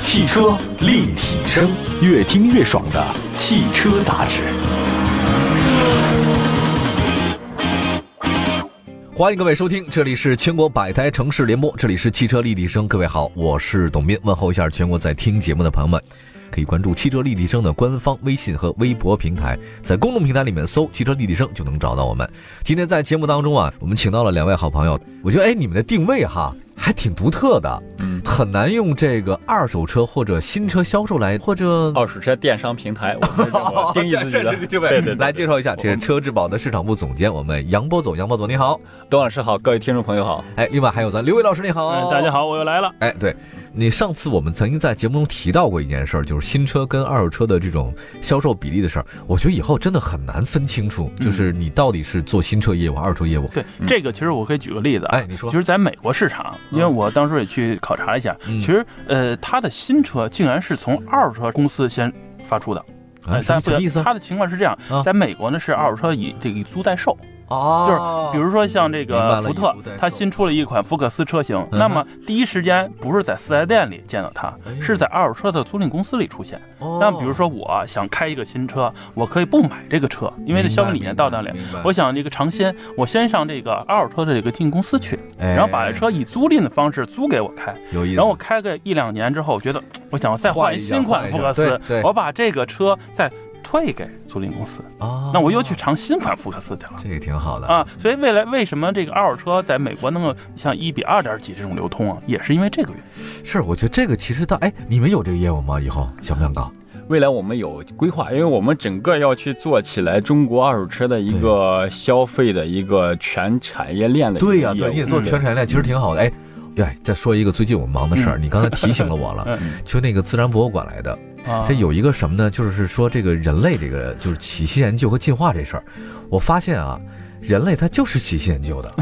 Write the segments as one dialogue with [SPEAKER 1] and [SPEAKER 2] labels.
[SPEAKER 1] 汽车立体声，越听越爽的汽车杂志。
[SPEAKER 2] 欢迎各位收听，这里是全国百台城市联播，这里是汽车立体声。各位好，我是董斌，问候一下全国在听节目的朋友们，可以关注汽车立体声的官方微信和微博平台，在公众平台里面搜“汽车立体声”就能找到我们。今天在节目当中啊，我们请到了两位好朋友，我觉得哎，你们的定位哈还挺独特的，很难用这个二手车或者新车销售来或者
[SPEAKER 3] 二手车电商平台，我们是这 么定义自己
[SPEAKER 2] 这
[SPEAKER 3] 的
[SPEAKER 2] 是。定位，
[SPEAKER 3] 对对，对
[SPEAKER 2] 来介。绍一下，这是车之宝的市场部总监，我们杨波总，杨波总你好，
[SPEAKER 3] 董老师好，各位听众朋友好。
[SPEAKER 2] 哎，另外还有咱刘伟老师你好，
[SPEAKER 4] 嗯，大家。好，我又来了。
[SPEAKER 2] 哎，对，你上次我们曾经在节目中提到过一件事儿，就是新车跟二手车的这种销售比例的事儿。我觉得以后真的很难分清楚，就是你到底是做新车业务、还是二手车业务。
[SPEAKER 4] 嗯对
[SPEAKER 3] 嗯，
[SPEAKER 4] 这个其实我可以举个例子啊。
[SPEAKER 2] 哎，你说
[SPEAKER 4] 其，实，在美国市场，因为我当时也去考察了一下，
[SPEAKER 2] 嗯
[SPEAKER 4] 其实呃，它的新车竟然是从二手车公司先发出的。
[SPEAKER 2] 啊，
[SPEAKER 4] 呃
[SPEAKER 2] 什么
[SPEAKER 4] 但
[SPEAKER 2] 什么意思啊？
[SPEAKER 4] 它的情况是这样
[SPEAKER 2] 啊，
[SPEAKER 4] 在美国呢是二手车以这个以租代售，
[SPEAKER 2] 哦，
[SPEAKER 4] 比如说像这
[SPEAKER 2] 明白了
[SPEAKER 4] 个福特
[SPEAKER 2] 以租代售，嗯
[SPEAKER 4] 它新出了一款福克斯车型，
[SPEAKER 2] 哼
[SPEAKER 4] 那么第一时间不是在四 S 店里见到它
[SPEAKER 2] 哎，
[SPEAKER 4] 是在二手车的租赁公司里出现。
[SPEAKER 2] 哦，
[SPEAKER 4] 那比如说我想开一个新车，我可以不买这个车，因为这消费理念到那里。
[SPEAKER 2] 明白，
[SPEAKER 4] 我想这个尝鲜，我先上这个二手车的这个进公司去，
[SPEAKER 2] 然
[SPEAKER 4] 然后把这车以租赁的方式租给我开，
[SPEAKER 2] 哎有意思，
[SPEAKER 4] 然后我开个一两年之后，我觉得嘖我想再
[SPEAKER 2] 哎换
[SPEAKER 4] 换
[SPEAKER 2] 一
[SPEAKER 4] 一
[SPEAKER 2] 下
[SPEAKER 4] 新款福克
[SPEAKER 2] 换一下
[SPEAKER 4] 斯
[SPEAKER 2] 对对，
[SPEAKER 4] 我把这个车再退给租赁公司，
[SPEAKER 2] 啊，
[SPEAKER 4] 那我又去尝新款福克斯去了。
[SPEAKER 2] 这个挺好的
[SPEAKER 4] 啊，所以未来为什么这个二手车在美国能够像一比二点几这种流通啊，也是因为这个原因。
[SPEAKER 2] 是，我觉得这个其实到哎，你们有这个业务吗？以后想不想搞？
[SPEAKER 3] 未来我们有规划，因为我们整个要去做起来中国二手车的一个消费的一个全产业链的一个
[SPEAKER 2] 对呀、
[SPEAKER 3] 业务
[SPEAKER 2] 对，你也做全产业链，其实挺好的。哎，哎，再说一个最近我忙的事儿，
[SPEAKER 3] 嗯
[SPEAKER 2] 你刚才提醒了我 了，
[SPEAKER 4] 嗯
[SPEAKER 2] 就那个自然博物馆来的，
[SPEAKER 4] 啊
[SPEAKER 2] 这有一个什么呢？就是说这个人类这个就是起先研究和进化这事儿，我发现啊。人类他就是喜新厌旧 的，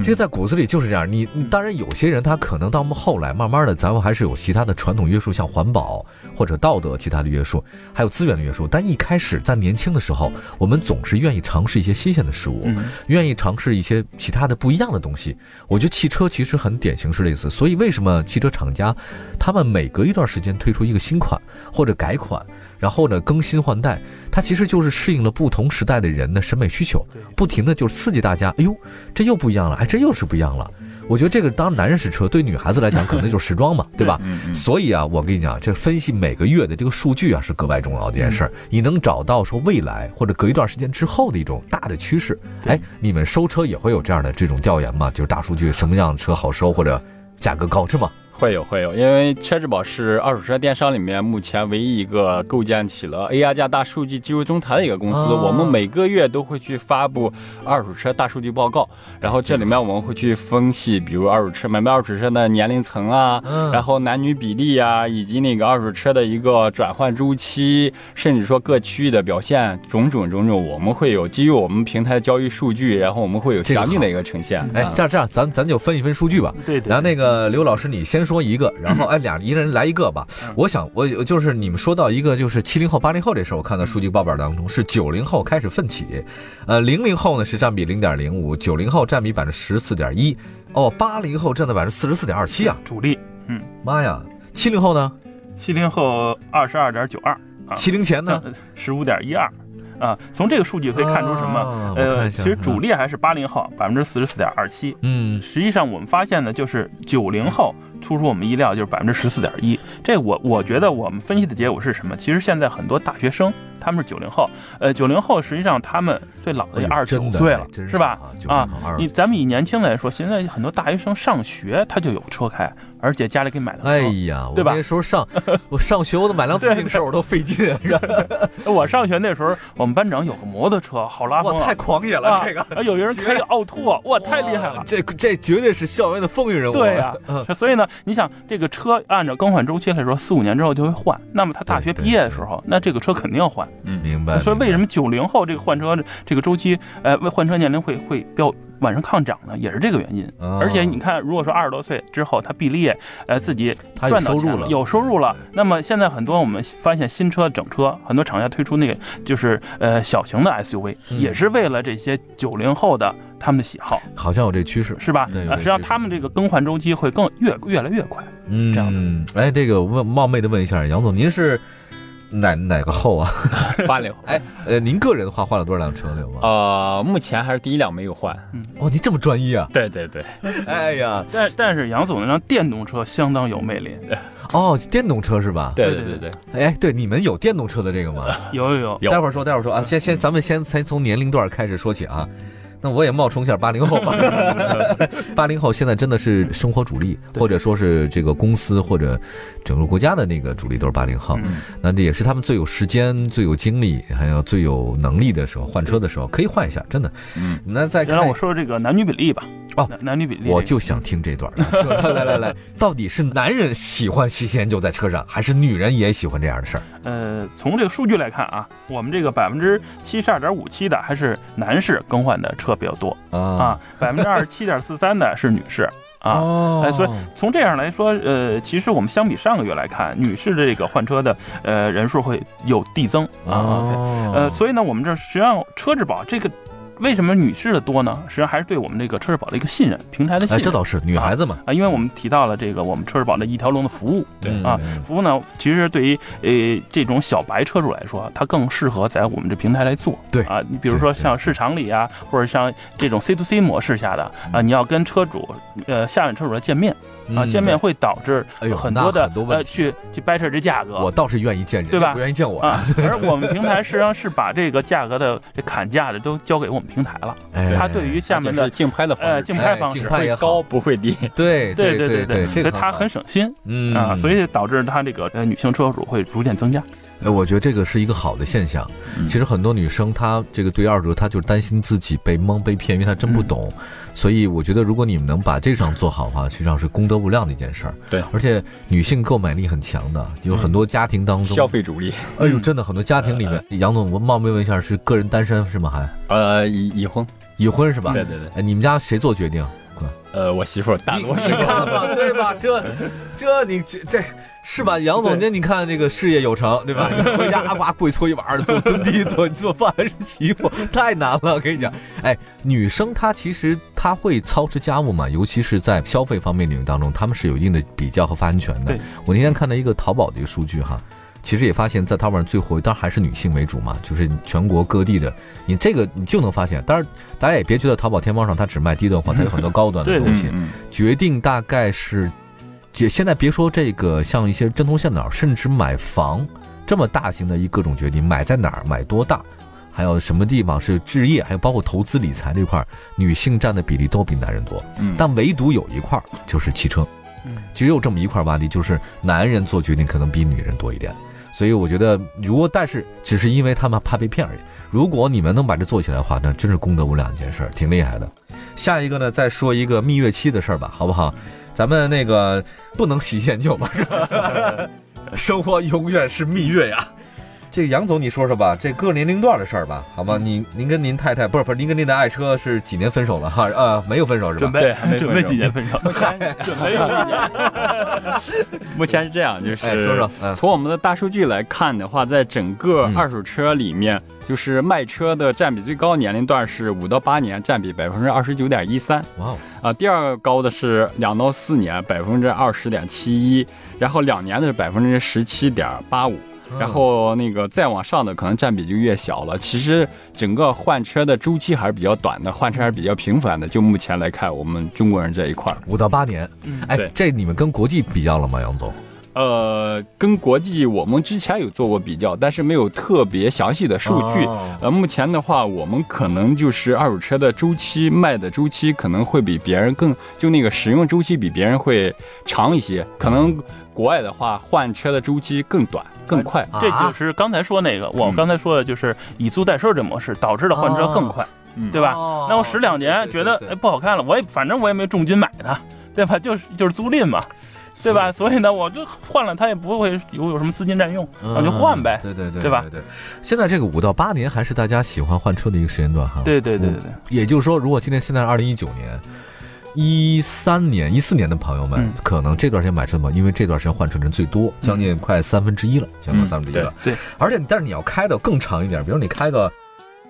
[SPEAKER 2] 这个在骨子里就是这样。你你当然有些人他可能到我们后来慢慢的，咱们还是有其他的传统约束，像环保或者道德其他的约束，还有资源的约束。但一开始在年轻的时候，我们总是愿意尝试一些新鲜的事物，
[SPEAKER 4] 嗯
[SPEAKER 2] 愿意尝试一些其他的不一样的东西。我觉得汽车其实很典型是类似，所以为什么汽车厂家他们每隔一段时间推出一个新款或者改款，然后呢更新换代，它其实就是适应了不同时代的人的审美需求
[SPEAKER 4] 对，
[SPEAKER 2] 不停的就是刺激大家，哎呦，这又不一样了，哎，这又是不一样了。我觉得这个当然男人是车，对女孩子来讲可能就是时装嘛，对吧？
[SPEAKER 3] 嗯嗯
[SPEAKER 2] 所以啊，我跟你讲，这分析每个月的这个数据啊，是格外重要的一件
[SPEAKER 3] 嗯
[SPEAKER 2] 事儿。你能找到说未来或者隔一段时间之后的一种大的趋势。哎，你们收车也会有这样的这种调研吗？就是大数据什么样的车好收或者价格高是吗？
[SPEAKER 3] 会有会有，因为车之宝是二手车电商里面目前唯一一个构建起了 AI 加大数据技术中台的一个公司。
[SPEAKER 2] 哦
[SPEAKER 3] 我们每个月都会去发布二手车大数据报告，然后这里面我们会去分析，比如二手车买卖二手车的年龄层啊，
[SPEAKER 2] 嗯
[SPEAKER 3] 然后男女比例啊，以及那个二手车的一个转换周期，甚至说各区域的表现，种种种种，我们会有基于我们平台交易数据，然后我们会有
[SPEAKER 2] 这个
[SPEAKER 3] 详尽
[SPEAKER 2] 好
[SPEAKER 3] 的一个呈现。
[SPEAKER 2] 哎
[SPEAKER 3] 啊，
[SPEAKER 2] 这样这样，咱咱就分一分数据吧。
[SPEAKER 4] 对对
[SPEAKER 2] 然后那个刘老师，你先说一个，然后哎，俩一人来一个吧
[SPEAKER 4] 嗯。
[SPEAKER 2] 我想，我我就是你们说到一个，就是七零后、八零后这事儿，我看
[SPEAKER 4] 嗯
[SPEAKER 2] 到数据报表当中是九零后开始奋起，呃，零零后呢是占比零点零五，九零后占比百分之十四点一，哦，八零后占到百分之四十四点二七啊，
[SPEAKER 4] 主力
[SPEAKER 2] 妈呀！七零后呢？
[SPEAKER 4] 七零后二十二点九二，啊
[SPEAKER 2] 七零前呢？
[SPEAKER 4] 十五点一二。啊，从这个数据可以看出什么？
[SPEAKER 2] 啊我看一
[SPEAKER 4] 呃，
[SPEAKER 2] 下
[SPEAKER 4] 其实主力还是八零后，百分之四十四点二七。
[SPEAKER 2] 嗯，
[SPEAKER 4] 实际上我们发现呢，就是九零后出乎我们意料，就是百分之十四点一。这我我觉得我们分析的结果是什么？其实现在很多大学生他们是九零后，呃，九零后实际上他们最老的也
[SPEAKER 2] 哎呦
[SPEAKER 4] 二十
[SPEAKER 2] 真
[SPEAKER 4] 九
[SPEAKER 2] 的
[SPEAKER 4] 岁了
[SPEAKER 2] 哎，真
[SPEAKER 4] 是吧？
[SPEAKER 2] 啊
[SPEAKER 4] 啊，
[SPEAKER 2] 90
[SPEAKER 4] 你咱们以年轻来说，现在很多大学生上学他就有车开，而且家里给买辆车。
[SPEAKER 2] 哎呀，我
[SPEAKER 4] 对吧
[SPEAKER 2] 那时候上我上学，我都买辆自行车，我都费劲，啊
[SPEAKER 4] 我上学那时候，我们班长有个摩托车，好拉风
[SPEAKER 2] 哇，
[SPEAKER 4] 啊！
[SPEAKER 2] 太狂野了
[SPEAKER 4] 啊，
[SPEAKER 2] 这个。
[SPEAKER 4] 啊有人开奥拓，哇，太厉害
[SPEAKER 2] 哇
[SPEAKER 4] 了！
[SPEAKER 2] 这这绝对是校园的风云人物。
[SPEAKER 4] 对啊呀
[SPEAKER 2] 嗯，
[SPEAKER 4] 所以呢，你想这个车按照更换周期来说，四五年之后就会换。那么他大学
[SPEAKER 2] 对
[SPEAKER 4] 毕业的时候，那这个车肯定要换。
[SPEAKER 3] 嗯
[SPEAKER 2] 明白。
[SPEAKER 4] 所以为什
[SPEAKER 2] 么？
[SPEAKER 4] 么九零后这个换车这个周期，呃，为换车年龄会会标晚上抗涨呢，也是这个原因。
[SPEAKER 2] 啊
[SPEAKER 4] 而且你看，如果说二十多岁之后他毕了业，呃，自己
[SPEAKER 2] 他有
[SPEAKER 4] 赚
[SPEAKER 2] 收
[SPEAKER 4] 到钱
[SPEAKER 2] 入了，
[SPEAKER 4] 有收入了
[SPEAKER 2] 对。
[SPEAKER 4] 那么现在很多我们发现新车整车，很多厂家推出那个就是呃小型的 SUV，、
[SPEAKER 2] 嗯
[SPEAKER 4] 也是为了这些九零后的他们的喜好，
[SPEAKER 2] 好像有这趋势，
[SPEAKER 4] 是吧
[SPEAKER 2] 对？有
[SPEAKER 4] 啊，
[SPEAKER 2] 这
[SPEAKER 4] 实际上
[SPEAKER 2] 趋势
[SPEAKER 4] 他们这个更换周期会更越越来越快。
[SPEAKER 2] 嗯，
[SPEAKER 4] 这样
[SPEAKER 2] 的。哎，这个问冒昧的问一下，杨总，您是哪哪个后啊？
[SPEAKER 3] 八零后。
[SPEAKER 2] 哎，呃，您个人的话换了多少辆车了有
[SPEAKER 4] 啊
[SPEAKER 2] 吗？
[SPEAKER 3] 呃，目前还是第一辆没有换。
[SPEAKER 2] 哦，您这么专 一啊！
[SPEAKER 3] 对对对，
[SPEAKER 2] 哎呀，
[SPEAKER 4] 但但是杨总那辆电动车相当有魅力，
[SPEAKER 2] 哦，电动车是吧？
[SPEAKER 3] 对
[SPEAKER 4] 对
[SPEAKER 3] 对
[SPEAKER 4] 对
[SPEAKER 3] 对对，
[SPEAKER 2] 哎，对，你们有电动车的这个吗？
[SPEAKER 4] 有有有，嗯
[SPEAKER 3] 有
[SPEAKER 2] 待会儿说，待会儿说啊，先先咱们先先从年龄段开始说起啊。那我也冒充一下八零后吧， 八零后现在真的是生活主力，或者说是这个公司或者整个国家的那个主力都是八零后，
[SPEAKER 4] 嗯
[SPEAKER 2] 那这也是他们最有时间、最有精力，还有最有能力的时候换车的时候，可以换一下，真的。
[SPEAKER 3] 嗯，
[SPEAKER 2] 那再看
[SPEAKER 4] 让我说这个男女比例吧。
[SPEAKER 2] 哦
[SPEAKER 4] 男，男女比例这个，
[SPEAKER 2] 我就想听这段儿。 来来来来，到底是男人喜欢吸烟就在车上，还是女人也喜欢这样的事儿？
[SPEAKER 4] 呃，从这个数据来看啊，我们这个百分之七十二点五七的还是男士更换的车比较多啊，百分之二十七点四三的是女士
[SPEAKER 2] 嗯
[SPEAKER 4] 啊。
[SPEAKER 2] 哦
[SPEAKER 4] 哎所以从这样来说，呃，其实我们相比上个月来看，女士的这个换车的呃人数会有递增啊。
[SPEAKER 2] 哦
[SPEAKER 4] 呃，所以呢，我们这实际上车质保这个为什么女士的多呢？实际上还是对我们这个车质保的一个信任，平台的 信
[SPEAKER 2] 哎，
[SPEAKER 4] 任。
[SPEAKER 2] 这倒是女孩子嘛，
[SPEAKER 4] 啊，因为我们提到了这个我们车质保的一条龙的服务，
[SPEAKER 3] 对
[SPEAKER 2] 嗯
[SPEAKER 4] 啊，服务呢，其实对于呃这种小白车主来说，它更适合在我们这平台来做。
[SPEAKER 2] 对
[SPEAKER 4] 啊，你比如说
[SPEAKER 2] 对对
[SPEAKER 4] 像市场里啊，或者像这种 C to C 模式下的啊，你要跟车主呃下面车主来见面啊，
[SPEAKER 2] 嗯
[SPEAKER 4] 见面会导致
[SPEAKER 2] 哎呦
[SPEAKER 4] 很
[SPEAKER 2] 那
[SPEAKER 4] 多的
[SPEAKER 2] 很多问
[SPEAKER 4] 呃
[SPEAKER 2] 题
[SPEAKER 4] 去去掰扯这价格。
[SPEAKER 2] 我倒是愿意见人，
[SPEAKER 4] 对吧
[SPEAKER 2] 不愿意见我
[SPEAKER 4] 啊，而我们平台实际上是把这个价格的这砍价的都交给我们平台了，
[SPEAKER 2] 哎
[SPEAKER 4] 它对于下面
[SPEAKER 3] 就是
[SPEAKER 4] 的
[SPEAKER 3] 竞拍的方
[SPEAKER 4] 呃
[SPEAKER 3] 式，
[SPEAKER 4] 竞拍方
[SPEAKER 2] 哎
[SPEAKER 4] 式
[SPEAKER 2] 竞拍也
[SPEAKER 3] 会
[SPEAKER 2] 好
[SPEAKER 3] 高不会低。
[SPEAKER 2] 对
[SPEAKER 4] 对
[SPEAKER 2] 对
[SPEAKER 4] 对
[SPEAKER 2] 对，
[SPEAKER 4] 所
[SPEAKER 2] 这
[SPEAKER 4] 以
[SPEAKER 2] 个
[SPEAKER 4] 它
[SPEAKER 2] 好
[SPEAKER 4] 很省心
[SPEAKER 2] 嗯
[SPEAKER 4] 啊，所以导致它这个呃女性车主会逐渐增加。
[SPEAKER 2] 哎，我觉得这个是一个好的现象。
[SPEAKER 4] 嗯
[SPEAKER 2] 其实很多女生她这个对二手，她就是担心自己被蒙被骗，因为她真
[SPEAKER 4] 嗯
[SPEAKER 2] 不懂。所以我觉得，如果你们能把这上做好的话，实际上是功德无量的一件事儿。
[SPEAKER 3] 对
[SPEAKER 2] 而且女性购买力很强的，有
[SPEAKER 4] 嗯
[SPEAKER 2] 很多家庭当中，
[SPEAKER 3] 消费主力，
[SPEAKER 2] 哎呦，真的很多家庭里面，
[SPEAKER 4] 嗯
[SPEAKER 2] 杨总，我冒昧问一下，是个人单身是吗？还
[SPEAKER 3] 呃，已已婚，
[SPEAKER 2] 已婚是吧？
[SPEAKER 3] 对对对，
[SPEAKER 2] 哎，你们家谁做决定？
[SPEAKER 3] 呃，我媳妇儿大多
[SPEAKER 2] 你
[SPEAKER 3] 是
[SPEAKER 2] 你看吧，对吧？这这你这这是吧？杨总监，你看这个事业有成，对吧？回家哇跪搓衣板儿，做蹲地，做做饭，洗衣服，太难了。我跟你讲，哎，女生她其实她会操持家务嘛，尤其是在消费方面领域当中，她们是有一定的比较和发言权的。
[SPEAKER 4] 对
[SPEAKER 2] 我那天看到一个淘宝的一个数据哈。其实也发现，在淘宝上最活跃，当然还是女性为主嘛，就是全国各地的，你这个你就能发现。当然，大家也别觉得淘宝、天猫上它只卖低端货，它有很多高端的
[SPEAKER 4] 对对
[SPEAKER 2] 东西。
[SPEAKER 3] 嗯
[SPEAKER 2] 决定大概是，姐现在别说这个，像一些针头线脑，甚至买房这么大型的一各种决定，买在哪儿，买多大，还有什么地方是置业，还有包括投资理财这块儿，女性占的比例都比男人多，
[SPEAKER 3] 嗯，
[SPEAKER 2] 但唯独有一块儿就是汽车，
[SPEAKER 4] 嗯，
[SPEAKER 2] 只有这么一块洼地，就是男人做决定可能比女人多一点。所以我觉得，如果但是只是因为他们怕被骗而已。如果你们能把这做起来的话，那真是功德无量一件事儿，挺厉害的。下一个呢，再说一个蜜月期的事儿吧，好不好？咱们那个 不能喜新厌旧嘛，是吧？生活永远是蜜月呀。这个杨总，你说说吧，这各年龄段的事儿吧，好吧？您您跟您太太不是不是，您跟您的爱车是几年分手了哈？呃，没有分手是吧
[SPEAKER 4] 准？备
[SPEAKER 3] 对还没
[SPEAKER 4] 准备
[SPEAKER 3] 分手
[SPEAKER 4] 几年分 手，准备有几年。
[SPEAKER 3] 哎 目前是这样，就是
[SPEAKER 2] 哎，说说，嗯。
[SPEAKER 3] 从我们的大数据来看的话，在整个
[SPEAKER 2] 嗯
[SPEAKER 3] 二手车里面，就是卖车的占比最高年龄段是五到八年，占比百分之二十九点一三
[SPEAKER 2] 哇哦，
[SPEAKER 3] 啊。第二高的是两到四年，百分之二十点七一，然后两年的是百分之十七点八五。然后那个再往上的可能占比就越小了。其实整个换车的周期还是比较短的，换车还是比较频繁的。就目前来看，我们中国人这一块儿，
[SPEAKER 2] 五到八年，
[SPEAKER 4] 嗯
[SPEAKER 2] 哎
[SPEAKER 3] 对，
[SPEAKER 2] 这你们跟国际比较了吗，杨总？
[SPEAKER 3] 呃，跟国际我们之前有做过比较，但是没有特别详细的数据。
[SPEAKER 2] 哦
[SPEAKER 3] 呃，目前的话，我们可能就是二手车的周期卖的周期可能会比别人更，就那个使用周期比别人会长一些。可能国外的话，换车的周期更短、更快。
[SPEAKER 4] 这
[SPEAKER 2] 啊
[SPEAKER 4] 就是刚才说那个，我
[SPEAKER 3] 嗯
[SPEAKER 4] 刚才说的就是以租代售这模式导致的换车更快，
[SPEAKER 3] 嗯
[SPEAKER 4] 对吧？
[SPEAKER 2] 哦
[SPEAKER 4] 那我使两年
[SPEAKER 2] 对对
[SPEAKER 4] 觉得哎
[SPEAKER 2] 对对
[SPEAKER 4] 哎不好看了，我也反正我也没重金买它，对吧？就是就是租赁嘛，对吧？所以呢，我就换了，它也不会有有什么资金占用，那就换呗。
[SPEAKER 2] 嗯对对对，
[SPEAKER 4] 对吧
[SPEAKER 2] 对对，现在这个五到八年还是大家喜欢换车的一个时间段哈。，
[SPEAKER 4] 对对对对对，
[SPEAKER 2] 也就是说，如果今年现在二零一九年。一三年、一四年的朋友们，
[SPEAKER 4] 嗯
[SPEAKER 2] 可能这段时间买车的朋友，因为这段时间换车的人最多，将近快三分之一了，将近
[SPEAKER 4] 嗯
[SPEAKER 2] 三分之一
[SPEAKER 3] 对
[SPEAKER 2] 了。
[SPEAKER 4] 对
[SPEAKER 2] 而且，但是你要开的更长一点，比如你开个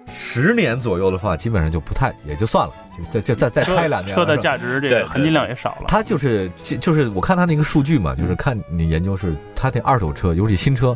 [SPEAKER 2] 十年左右的话，基本上就不太也就算了，就就再再再开两
[SPEAKER 4] 车
[SPEAKER 2] 年
[SPEAKER 4] 车的
[SPEAKER 2] 是吧
[SPEAKER 4] 价值这
[SPEAKER 3] 对
[SPEAKER 4] 个
[SPEAKER 3] 对
[SPEAKER 4] 含金量也少了。
[SPEAKER 2] 他就是就就是我看他那个数据嘛，就是看你研究是他那二手车，尤其新车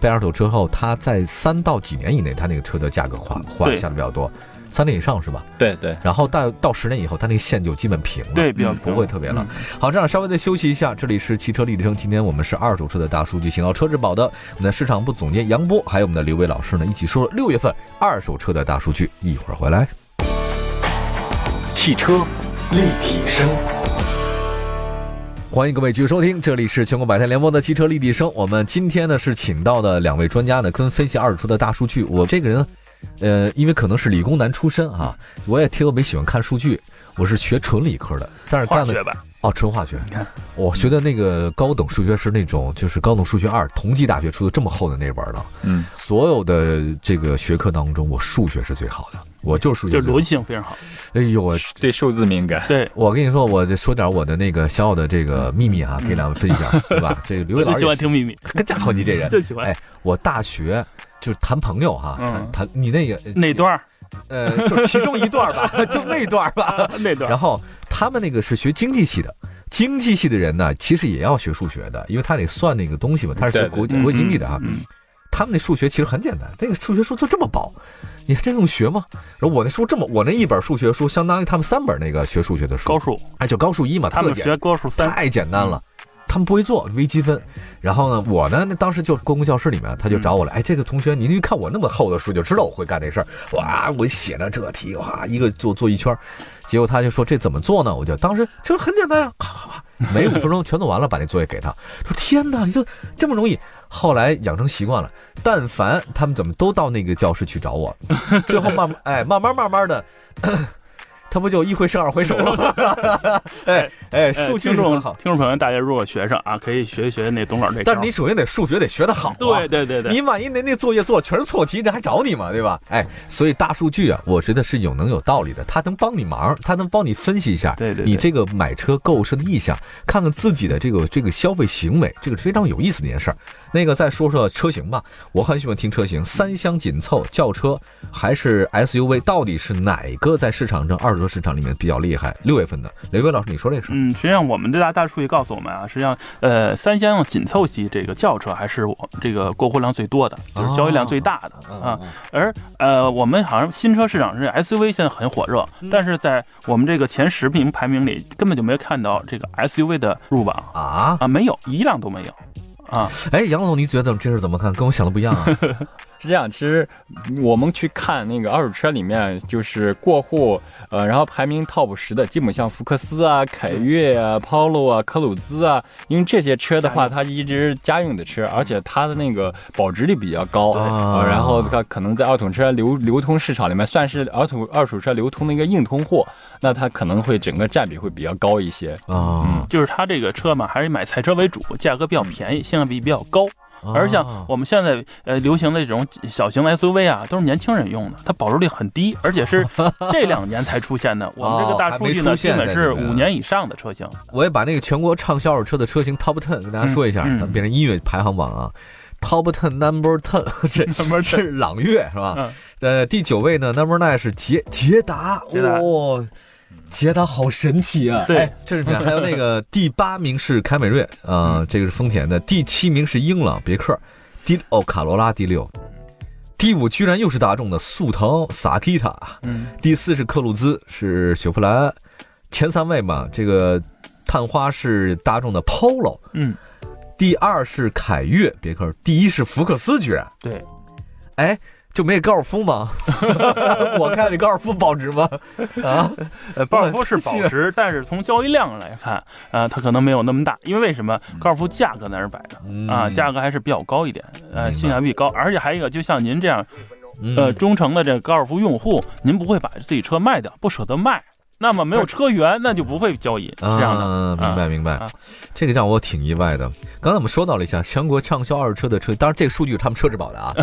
[SPEAKER 2] 被二手车后，他在三到几年以内，他那个车的价格缓缓
[SPEAKER 4] 对
[SPEAKER 2] 下的比较多，三年以上是吧？
[SPEAKER 3] 对对，
[SPEAKER 2] 然后到到十年以后，他那个线就基本平了。
[SPEAKER 4] 对，比较
[SPEAKER 3] 嗯
[SPEAKER 4] 平
[SPEAKER 2] 不会特别了。好，这样稍微的休息一下。这里是汽车立体声，今天我们是二手车的大数据，请到车之宝的我们的市场部总监杨波，还有我们的刘伟老师呢，一起说说六月份二手车的大数据。一会儿回来。
[SPEAKER 1] 汽车立体声，
[SPEAKER 2] 欢迎各位继续收听，这里是全国百态联播的汽车立体声。我们今天呢是请到的两位专家呢，跟分析二手车的大数据。我这个人，呃，因为可能是理工男出身啊，我也特别喜欢看数据。我是学纯理科的，但是
[SPEAKER 4] 化
[SPEAKER 2] 干了
[SPEAKER 4] 学吧，
[SPEAKER 2] 哦纯化学。
[SPEAKER 4] 你看，
[SPEAKER 2] 我学的那个高等数学是那种就是高等数学二，同济大学出的这么厚的那本了。
[SPEAKER 3] 嗯，
[SPEAKER 2] 所有的这个学科当中，我数学是最好的，我就是数
[SPEAKER 4] 就
[SPEAKER 2] 学最好
[SPEAKER 4] 逻辑性非常好。
[SPEAKER 2] 哎呦我
[SPEAKER 3] 对数字敏感，
[SPEAKER 4] 对，
[SPEAKER 2] 我跟你说，我就说点我的那个小小的这个秘密啊，给两位分享， 对吧？这个刘
[SPEAKER 4] 嗯我
[SPEAKER 2] 伟老
[SPEAKER 4] 就
[SPEAKER 2] 师
[SPEAKER 4] 喜
[SPEAKER 2] 也，
[SPEAKER 4] 欢听秘密，
[SPEAKER 2] 这家伙你这人，
[SPEAKER 4] 就喜欢
[SPEAKER 2] 哎，我大学就是谈朋友哈，谈
[SPEAKER 4] 嗯
[SPEAKER 2] 谈你那个
[SPEAKER 4] 哪？段儿
[SPEAKER 2] 呃，就是其中一段 吧，就那段吧。
[SPEAKER 4] 哪段
[SPEAKER 2] 然
[SPEAKER 4] 儿。
[SPEAKER 2] 后他们那个是学经济系的，经济系的人呢，其实也要学数学的，因为他得算那个东西嘛，他是学
[SPEAKER 3] 对对
[SPEAKER 2] 国际
[SPEAKER 4] 嗯
[SPEAKER 2] 国际经济的啊。
[SPEAKER 4] 嗯，嗯
[SPEAKER 2] 他们那数学其实很简单，那个数学书就这么薄，你还真用学吗？
[SPEAKER 4] 嗯
[SPEAKER 2] 然后我那书这么，我那一本数学书相当于他们三本那个学数学的书，
[SPEAKER 4] 高数，
[SPEAKER 2] 哎，就高数一嘛，
[SPEAKER 4] 他们
[SPEAKER 2] 特简
[SPEAKER 4] 学高数三，
[SPEAKER 2] 太简单了。他们不会做微积分，然后呢，我呢，那当时就公共教室里面，他就找我来，哎，这个同学，您一看我那么厚的书，就知道我会干这事儿，哇，我写了这题，哇，一个做做一圈儿，结果他就说这怎么做呢？我就当时这很简单啊，咔咔咔，每五分钟全做完了，把那作业给他。他说天哪，你这这么容易？后来养成习惯了，但凡他们怎么都到那个教室去找 我，最后慢慢哎，慢慢慢慢的。 他不就一回生二回熟了 吗？哎哎，
[SPEAKER 4] 哎
[SPEAKER 2] 数据
[SPEAKER 4] 听
[SPEAKER 2] 是很
[SPEAKER 4] 众
[SPEAKER 2] 好，
[SPEAKER 4] 听众朋友，大家如果学生啊，可以学一学那董事长这招。
[SPEAKER 2] 但是你首先得数学得学得好、啊，
[SPEAKER 4] 对对对对，
[SPEAKER 2] 你万一那那作业做全是错题，这还找你吗？对吧？哎，所以大数据啊，我觉得是有能有道理的，它能帮你忙，它能帮你分析一下，
[SPEAKER 4] 对对对
[SPEAKER 2] 你这个买车购车的意向，看看自己的这个这个消费行为，这个是非常有意思的一件事儿。那个再说说车型吧，我很喜欢听车型，三厢紧凑、轿车还是 SUV，到底是哪个在市场上二手车市场里面比较厉害？六月份的雷威老师，你说这个事儿，
[SPEAKER 4] 嗯，实际上我们的大大数据告诉我们啊，实际上，呃，三厢紧凑级这个轿车还是我这个过户量最多的，就是交易量
[SPEAKER 2] 哦
[SPEAKER 4] 最大的、
[SPEAKER 2] 嗯
[SPEAKER 4] 啊。而呃，我们好像新车市场是 SUV 现在很火热，
[SPEAKER 2] 嗯
[SPEAKER 4] 但是在我们这个前十名排名里，根本就没有看到这个 SUV 的入榜
[SPEAKER 2] 啊，
[SPEAKER 4] 啊，没有一辆都没有啊。
[SPEAKER 2] 哎，杨总，你觉得这事怎么看？跟我想的不一样啊。
[SPEAKER 3] 是这样，其实我们去看那个二手车里面，就是过户，呃，然后排名 top 十的，基本像福克斯啊、凯越啊、Polo 啊、科鲁兹啊，因为这些车的话，它一直是家用的车，而且它的那个保值率比较高，
[SPEAKER 2] 啊
[SPEAKER 3] 呃、然后它可能在二手车流流通市场里面算是二手二手车流通的一个硬通货，那它可能会整个占比会比较高一些。
[SPEAKER 2] 啊，
[SPEAKER 4] 就是它这个车嘛，还是以买菜车为主，价格比较便宜，性价比比较高。
[SPEAKER 2] 哦
[SPEAKER 4] 而
[SPEAKER 2] 啊
[SPEAKER 4] 像我们现在呃流行的这种小型的 SUV 啊，都是年轻人用的，它保值率很低，而 且是这两年才出现的。我们这个大数据
[SPEAKER 2] 哦还没出
[SPEAKER 4] 呢，基
[SPEAKER 2] 现
[SPEAKER 4] 本是
[SPEAKER 2] 在这边
[SPEAKER 4] 五年以上的车 型。
[SPEAKER 2] 我也把那个全国畅销二手车的车型 Top Ten 跟大家说一下，
[SPEAKER 4] 嗯嗯
[SPEAKER 2] 咱们变成音乐排行榜啊。Top Ten Number Ten，这
[SPEAKER 4] Number
[SPEAKER 2] 是朗月是
[SPEAKER 4] 嗯
[SPEAKER 2] 吧？呃，第九位呢，Number Nine 是捷捷达，
[SPEAKER 4] 捷达嗯
[SPEAKER 2] 哦，捷达好神奇啊！
[SPEAKER 4] 对
[SPEAKER 2] 哎，这是什么？还有那 个第八名是凯美瑞，
[SPEAKER 4] 嗯
[SPEAKER 2] 啊，这个是丰田的；第七名是英朗别克，第哦卡罗拉第六，
[SPEAKER 4] 嗯
[SPEAKER 2] 第五居然又是大众的速腾 Sakita，
[SPEAKER 4] 嗯，
[SPEAKER 2] 第四是克鲁兹，是雪佛兰，前三位嘛，这个探花是大众的 Polo，
[SPEAKER 4] 嗯，
[SPEAKER 2] 第二是凯越别克，第一是福克斯，居然，
[SPEAKER 4] 对，
[SPEAKER 2] 哎，就没有高尔夫吗？ 我看这高尔夫保值吗？啊，
[SPEAKER 4] 呃，高尔夫是保值，但是从交易量上来看，呃，它可能没有那么大，因为为什么？高尔夫价格在那儿摆着
[SPEAKER 2] 嗯
[SPEAKER 4] 啊，价格还是比较高一点，
[SPEAKER 2] 明白
[SPEAKER 4] 呃，性价比高，而且还有一个，就像您这样，
[SPEAKER 2] 嗯
[SPEAKER 4] 呃呃，忠诚的这个高尔夫用户，您不会把自己车卖掉，不舍得卖。那么没有车源，那就不会交易，是这样的。
[SPEAKER 2] 啊，明白明白，
[SPEAKER 4] 啊
[SPEAKER 2] 这个让我挺意外的。刚才我们说到了一下全国畅销二手车的车，当然这个数据是他们车质保的啊，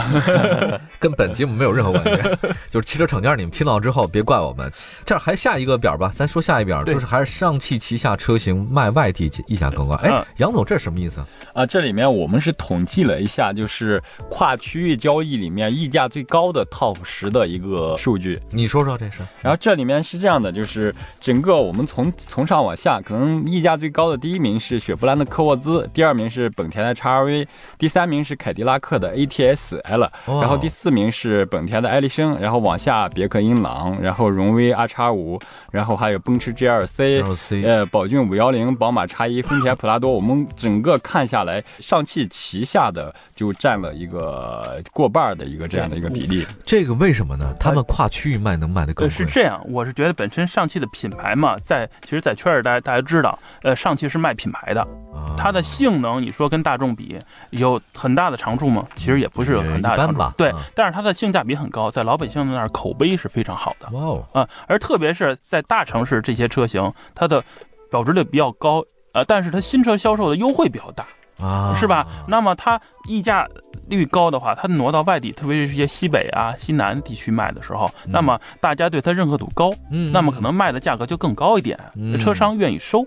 [SPEAKER 2] 跟本节目没有任何关系。就是汽车厂家，你们听到之后别怪我们。这儿还下一个表吧，咱说下一表，
[SPEAKER 4] 对
[SPEAKER 2] 就是还是上汽旗下车型卖外地溢价更高。哎
[SPEAKER 4] 嗯，
[SPEAKER 2] 杨总这是什么意思啊？
[SPEAKER 3] 啊，这里面我们是统计了一下，就是跨区域交易里面溢价最高的 TOP 十的一个数据。
[SPEAKER 2] 你说说这是？
[SPEAKER 3] 然后这里面是这样的，就是整个我们从从上往下，可能溢价最高的第一名是雪佛兰的科沃兹，第二名是本田的 XRV，第三名是凯迪拉克的 ATS L，
[SPEAKER 2] 哦
[SPEAKER 3] 然后第四名是本田的艾力绅，然后往下别克英朗，然后荣威 R x 五，然后还有奔驰 GLC。
[SPEAKER 2] GLC
[SPEAKER 3] 呃，宝骏五幺零、宝马叉一、丰田普拉多，我们整个看下来，上汽旗下的就占了一个过半儿的一个这样的一个比例。
[SPEAKER 2] 这个为什么呢？他们跨区域卖能卖得更
[SPEAKER 4] 呃，
[SPEAKER 2] 贵
[SPEAKER 4] 是？这样，我是觉得本身上汽的品牌嘛，在其实，在圈儿里大家大家知道，呃，上汽是卖品牌的，
[SPEAKER 2] 啊
[SPEAKER 4] 它的性能你说跟大众比有很大的长处吗？其实也不是有很大的
[SPEAKER 2] 也一
[SPEAKER 4] 长
[SPEAKER 2] 般
[SPEAKER 4] 处
[SPEAKER 2] 吧，
[SPEAKER 4] 对
[SPEAKER 2] 嗯，
[SPEAKER 4] 但是它的性价比很高，在老百姓那儿口碑是非常好的。
[SPEAKER 2] 哇哦，
[SPEAKER 4] 啊、而特别是在大城市，这些车型它的保值率比较高，呃，但是它新车销售的优惠比较大，
[SPEAKER 2] 啊，
[SPEAKER 4] 是吧？那么它溢价率高的话，它挪到外地，特别是一些西北啊、西南地区卖的时候，那么大家对它认可度高，
[SPEAKER 2] 嗯
[SPEAKER 4] 那么可能卖的价格就更高一点，
[SPEAKER 2] 嗯啊
[SPEAKER 4] 车商愿意收，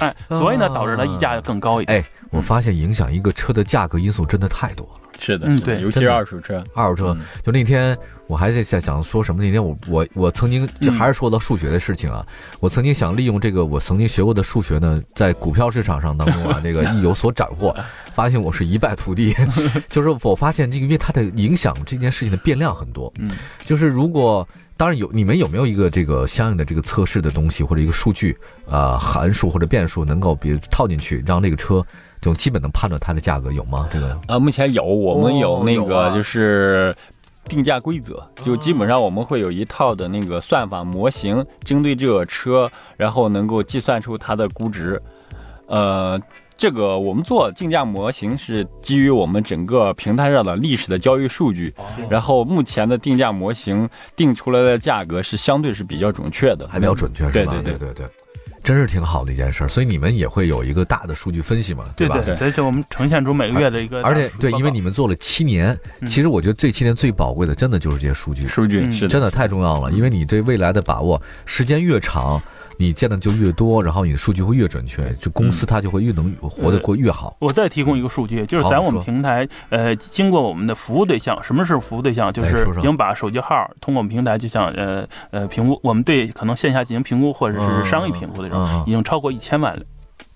[SPEAKER 4] 哎，所以呢，导致它溢价就更高一点。
[SPEAKER 2] 哎，我发现影响一个车的价格因素真的太多了。
[SPEAKER 3] 是的，
[SPEAKER 4] 嗯
[SPEAKER 3] 是的
[SPEAKER 4] 对
[SPEAKER 3] 尤其
[SPEAKER 2] 真
[SPEAKER 3] 是
[SPEAKER 2] 的
[SPEAKER 3] 二手车。嗯
[SPEAKER 2] 二手车，就那天我还在在想说什么？那天我我我曾经这
[SPEAKER 4] 嗯
[SPEAKER 2] 还是说到数学的事情啊，我曾经想利用这个我曾经学过的数学呢，在股票市场上当中啊，这个一有所斩 获，发现我是一败涂地。就是我发现这个，因为它的影响这件事情的变量很多，
[SPEAKER 4] 嗯，
[SPEAKER 2] 就是如果当然有你们有没有一个这个相应的这个测试的东西或者一个数据呃函数或者变数能够比如套进去，让这个车就基本能判断它的价格有吗？这个
[SPEAKER 3] 啊，目前有，我们
[SPEAKER 2] 哦
[SPEAKER 3] 有那
[SPEAKER 2] 有
[SPEAKER 3] 个
[SPEAKER 2] 啊
[SPEAKER 3] 就是定价规则，就基本上我们会有一套的那个算法模型，针对这个车，然后能够计算出它的估值。呃，这个我们做竞价模型是基于我们整个平台上的历史的交易数据，
[SPEAKER 2] 哦
[SPEAKER 3] 然后目前的定价模型定出来的价格是相对是比较准确的，
[SPEAKER 2] 还比较准确是吧？
[SPEAKER 3] 对对
[SPEAKER 2] 对对真是挺好的一件事儿。所以你们也会有一个大的数据分析嘛，
[SPEAKER 4] 对
[SPEAKER 2] 吧？
[SPEAKER 4] 所以就我们呈现出每个月的一个大
[SPEAKER 2] 而
[SPEAKER 4] 数
[SPEAKER 2] 且
[SPEAKER 4] 据报告，
[SPEAKER 2] 对，因为你们做了七年，
[SPEAKER 4] 嗯
[SPEAKER 2] 其实我觉得这七年最宝贵的，真的就是这些数据，
[SPEAKER 3] 数据
[SPEAKER 4] 嗯
[SPEAKER 3] 是的
[SPEAKER 2] 真。的太重要了。因为你对未来的把握，时间越长，你见的就越多，然后你的数据会越准确，就公司它就会越
[SPEAKER 4] 嗯
[SPEAKER 2] 能活得过越好。
[SPEAKER 4] 我再提供一个数据，就是
[SPEAKER 2] 好
[SPEAKER 4] 咱我
[SPEAKER 2] 说
[SPEAKER 4] 们平台，呃，经过我们的服务对象，什么是服务对象？就
[SPEAKER 2] 哎
[SPEAKER 4] 是
[SPEAKER 2] 说说
[SPEAKER 4] 已经把手机号通过我们平台，就像呃呃评估，我们对可能线下进行评估或者
[SPEAKER 2] 嗯
[SPEAKER 4] 是商业评估的这种，
[SPEAKER 2] 嗯嗯
[SPEAKER 4] 已经超过一千万了，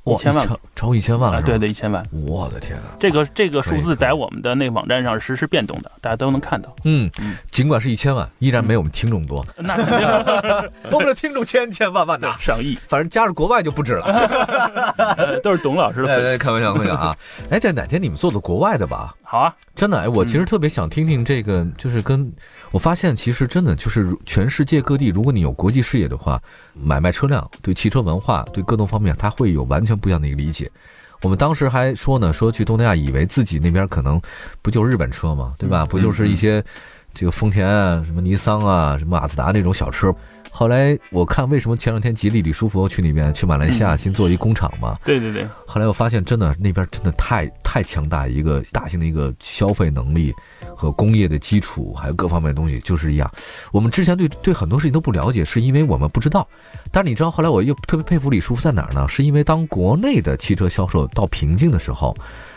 [SPEAKER 2] 哇
[SPEAKER 4] 一千万
[SPEAKER 2] 超超过一千万了
[SPEAKER 4] 啊，
[SPEAKER 2] 是吧，
[SPEAKER 4] 对对，一千万。
[SPEAKER 2] 我的天啊！
[SPEAKER 4] 这个这个
[SPEAKER 2] 可以
[SPEAKER 4] 数
[SPEAKER 2] 可以
[SPEAKER 4] 字在我们的那个网站上是实时变动的，大家都能看到。
[SPEAKER 2] 嗯
[SPEAKER 4] 嗯，
[SPEAKER 2] 尽管是一千万，依然没有我们听众多。
[SPEAKER 4] 那肯定
[SPEAKER 2] 我们的听众千千万万呐，
[SPEAKER 4] 上亿，
[SPEAKER 2] 反正加上国外就不止了。
[SPEAKER 4] 呃都是董老师的
[SPEAKER 2] 哎，
[SPEAKER 4] 粉
[SPEAKER 2] 哎
[SPEAKER 4] 丝。
[SPEAKER 2] 开玩笑，开玩笑 啊！哎，这哪天你们做的国外的吧？
[SPEAKER 4] 好啊，
[SPEAKER 2] 真的，哎，我其实
[SPEAKER 4] 嗯
[SPEAKER 2] 特别想听听这个，就是跟我发现，其实真的就是如全世界各地，如果你有国际视野的话，买卖车辆对汽车文化、对各种方面，它会有完全不一样的一个理解。我们当时还说呢，说去东南亚，以为自己那边可能不就是日本车嘛，对
[SPEAKER 4] 嗯
[SPEAKER 2] 吧？不就是一些这个丰田啊、什么尼桑啊、什么马自达那种小车。后来我看为什么前两天吉利李书福去那边去马来西亚
[SPEAKER 4] 嗯
[SPEAKER 2] 新做一工厂嘛，
[SPEAKER 4] 对对对，
[SPEAKER 2] 后来我发现，真的那边真的太太强大一个大型的一个消费能力和工业的基础，还有各方面的东西就是一样。我们之前对对很多事情都不了解，是因为我们不知道。但是你知道，后来我又特别佩服李叔在哪儿呢？是因为当国内的汽车销售到瓶颈的时候，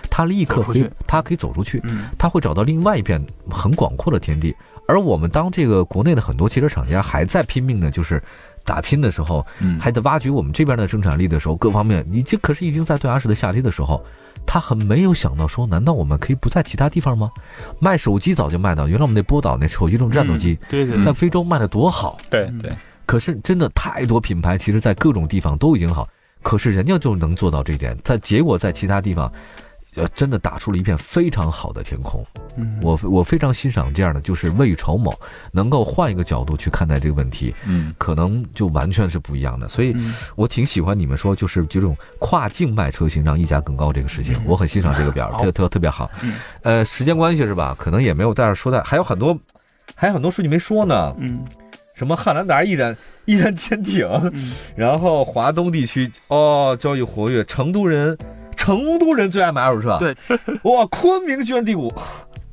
[SPEAKER 2] 他立刻
[SPEAKER 4] 走出
[SPEAKER 2] 可以
[SPEAKER 4] 去
[SPEAKER 2] 他可以走出去，
[SPEAKER 4] 嗯，
[SPEAKER 2] 他会找到另外一片很广阔的天地。而我们当这个国内的很多汽车厂家还在拼命的，就是打拼的时候，
[SPEAKER 3] 嗯
[SPEAKER 2] 还得挖掘我们这边的生产力的时候，各方面，你这可是已经在断崖式的下跌的时候，他很没有想到说，难道我们可以不在其他地方吗？卖手机早就卖到，原来我们那波导那手机这种战斗机，
[SPEAKER 4] 嗯，对对对
[SPEAKER 2] 在非洲卖的多好，
[SPEAKER 3] 对
[SPEAKER 4] 嗯
[SPEAKER 3] 对，
[SPEAKER 2] 可是真的太多品牌，其实在各种地方都已经好，可是人家就能做到这一点，在结果在其他地方。呃，真的打出了一片非常好的天空，
[SPEAKER 4] 嗯
[SPEAKER 2] 我我非常欣赏这样的，就是未雨绸缪，能够换一个角度去看待这个问题，
[SPEAKER 3] 嗯，
[SPEAKER 2] 可能就完全是不一样的。所以
[SPEAKER 4] 嗯
[SPEAKER 2] 我挺喜欢你们说，就是这种跨境卖车型让溢价更高这个事情，我很欣赏这个表，这个特特别好
[SPEAKER 4] 嗯。
[SPEAKER 2] 呃，时间关系是吧？可能也没有在这儿说的，还有很多，还有很多数据没说呢，
[SPEAKER 4] 嗯，
[SPEAKER 5] 什么汉兰达一燃一燃潜 艇，然后华东地区哦交易活跃，成都人成都人最爱买二手车，
[SPEAKER 4] 对，
[SPEAKER 5] 哇，昆明居然第五，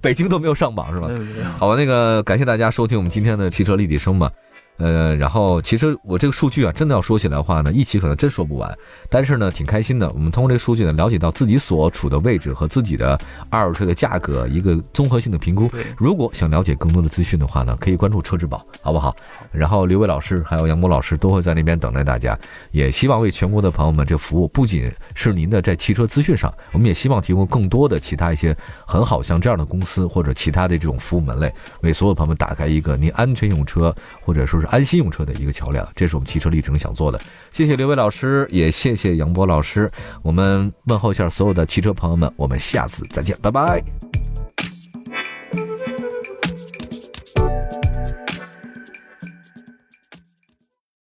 [SPEAKER 2] 北京都没有上榜是吧？
[SPEAKER 4] 嗯
[SPEAKER 2] 好吧，那个感谢大家收听我们今天的汽车立体声吧。呃，然后其实我这个数据啊，真的要说起来的话呢，一期可能真说不完，但是呢，挺开心的。我们通过这个数据呢，了解到自己所处的位置和自己的二手车的价格一个综合性的评估
[SPEAKER 4] 对。
[SPEAKER 2] 如果想了解更多的资讯的话呢，可以关注车之宝，好不好？然后刘伟老师还有杨波老师都会在那边等待大家，也希望为全国的朋友们这服务，不仅是您的在汽车资讯上，我们也希望提供更多的其他一些很好像这样的公司或者其他的这种服务门类，为所有朋友们打开一个您安全用车或者说是安心用车的一个桥梁，这是我们汽车立程想做的。谢谢刘伟老师，也谢谢杨波老师，我们问候一下所有的汽车朋友们，我们下次再见，拜拜。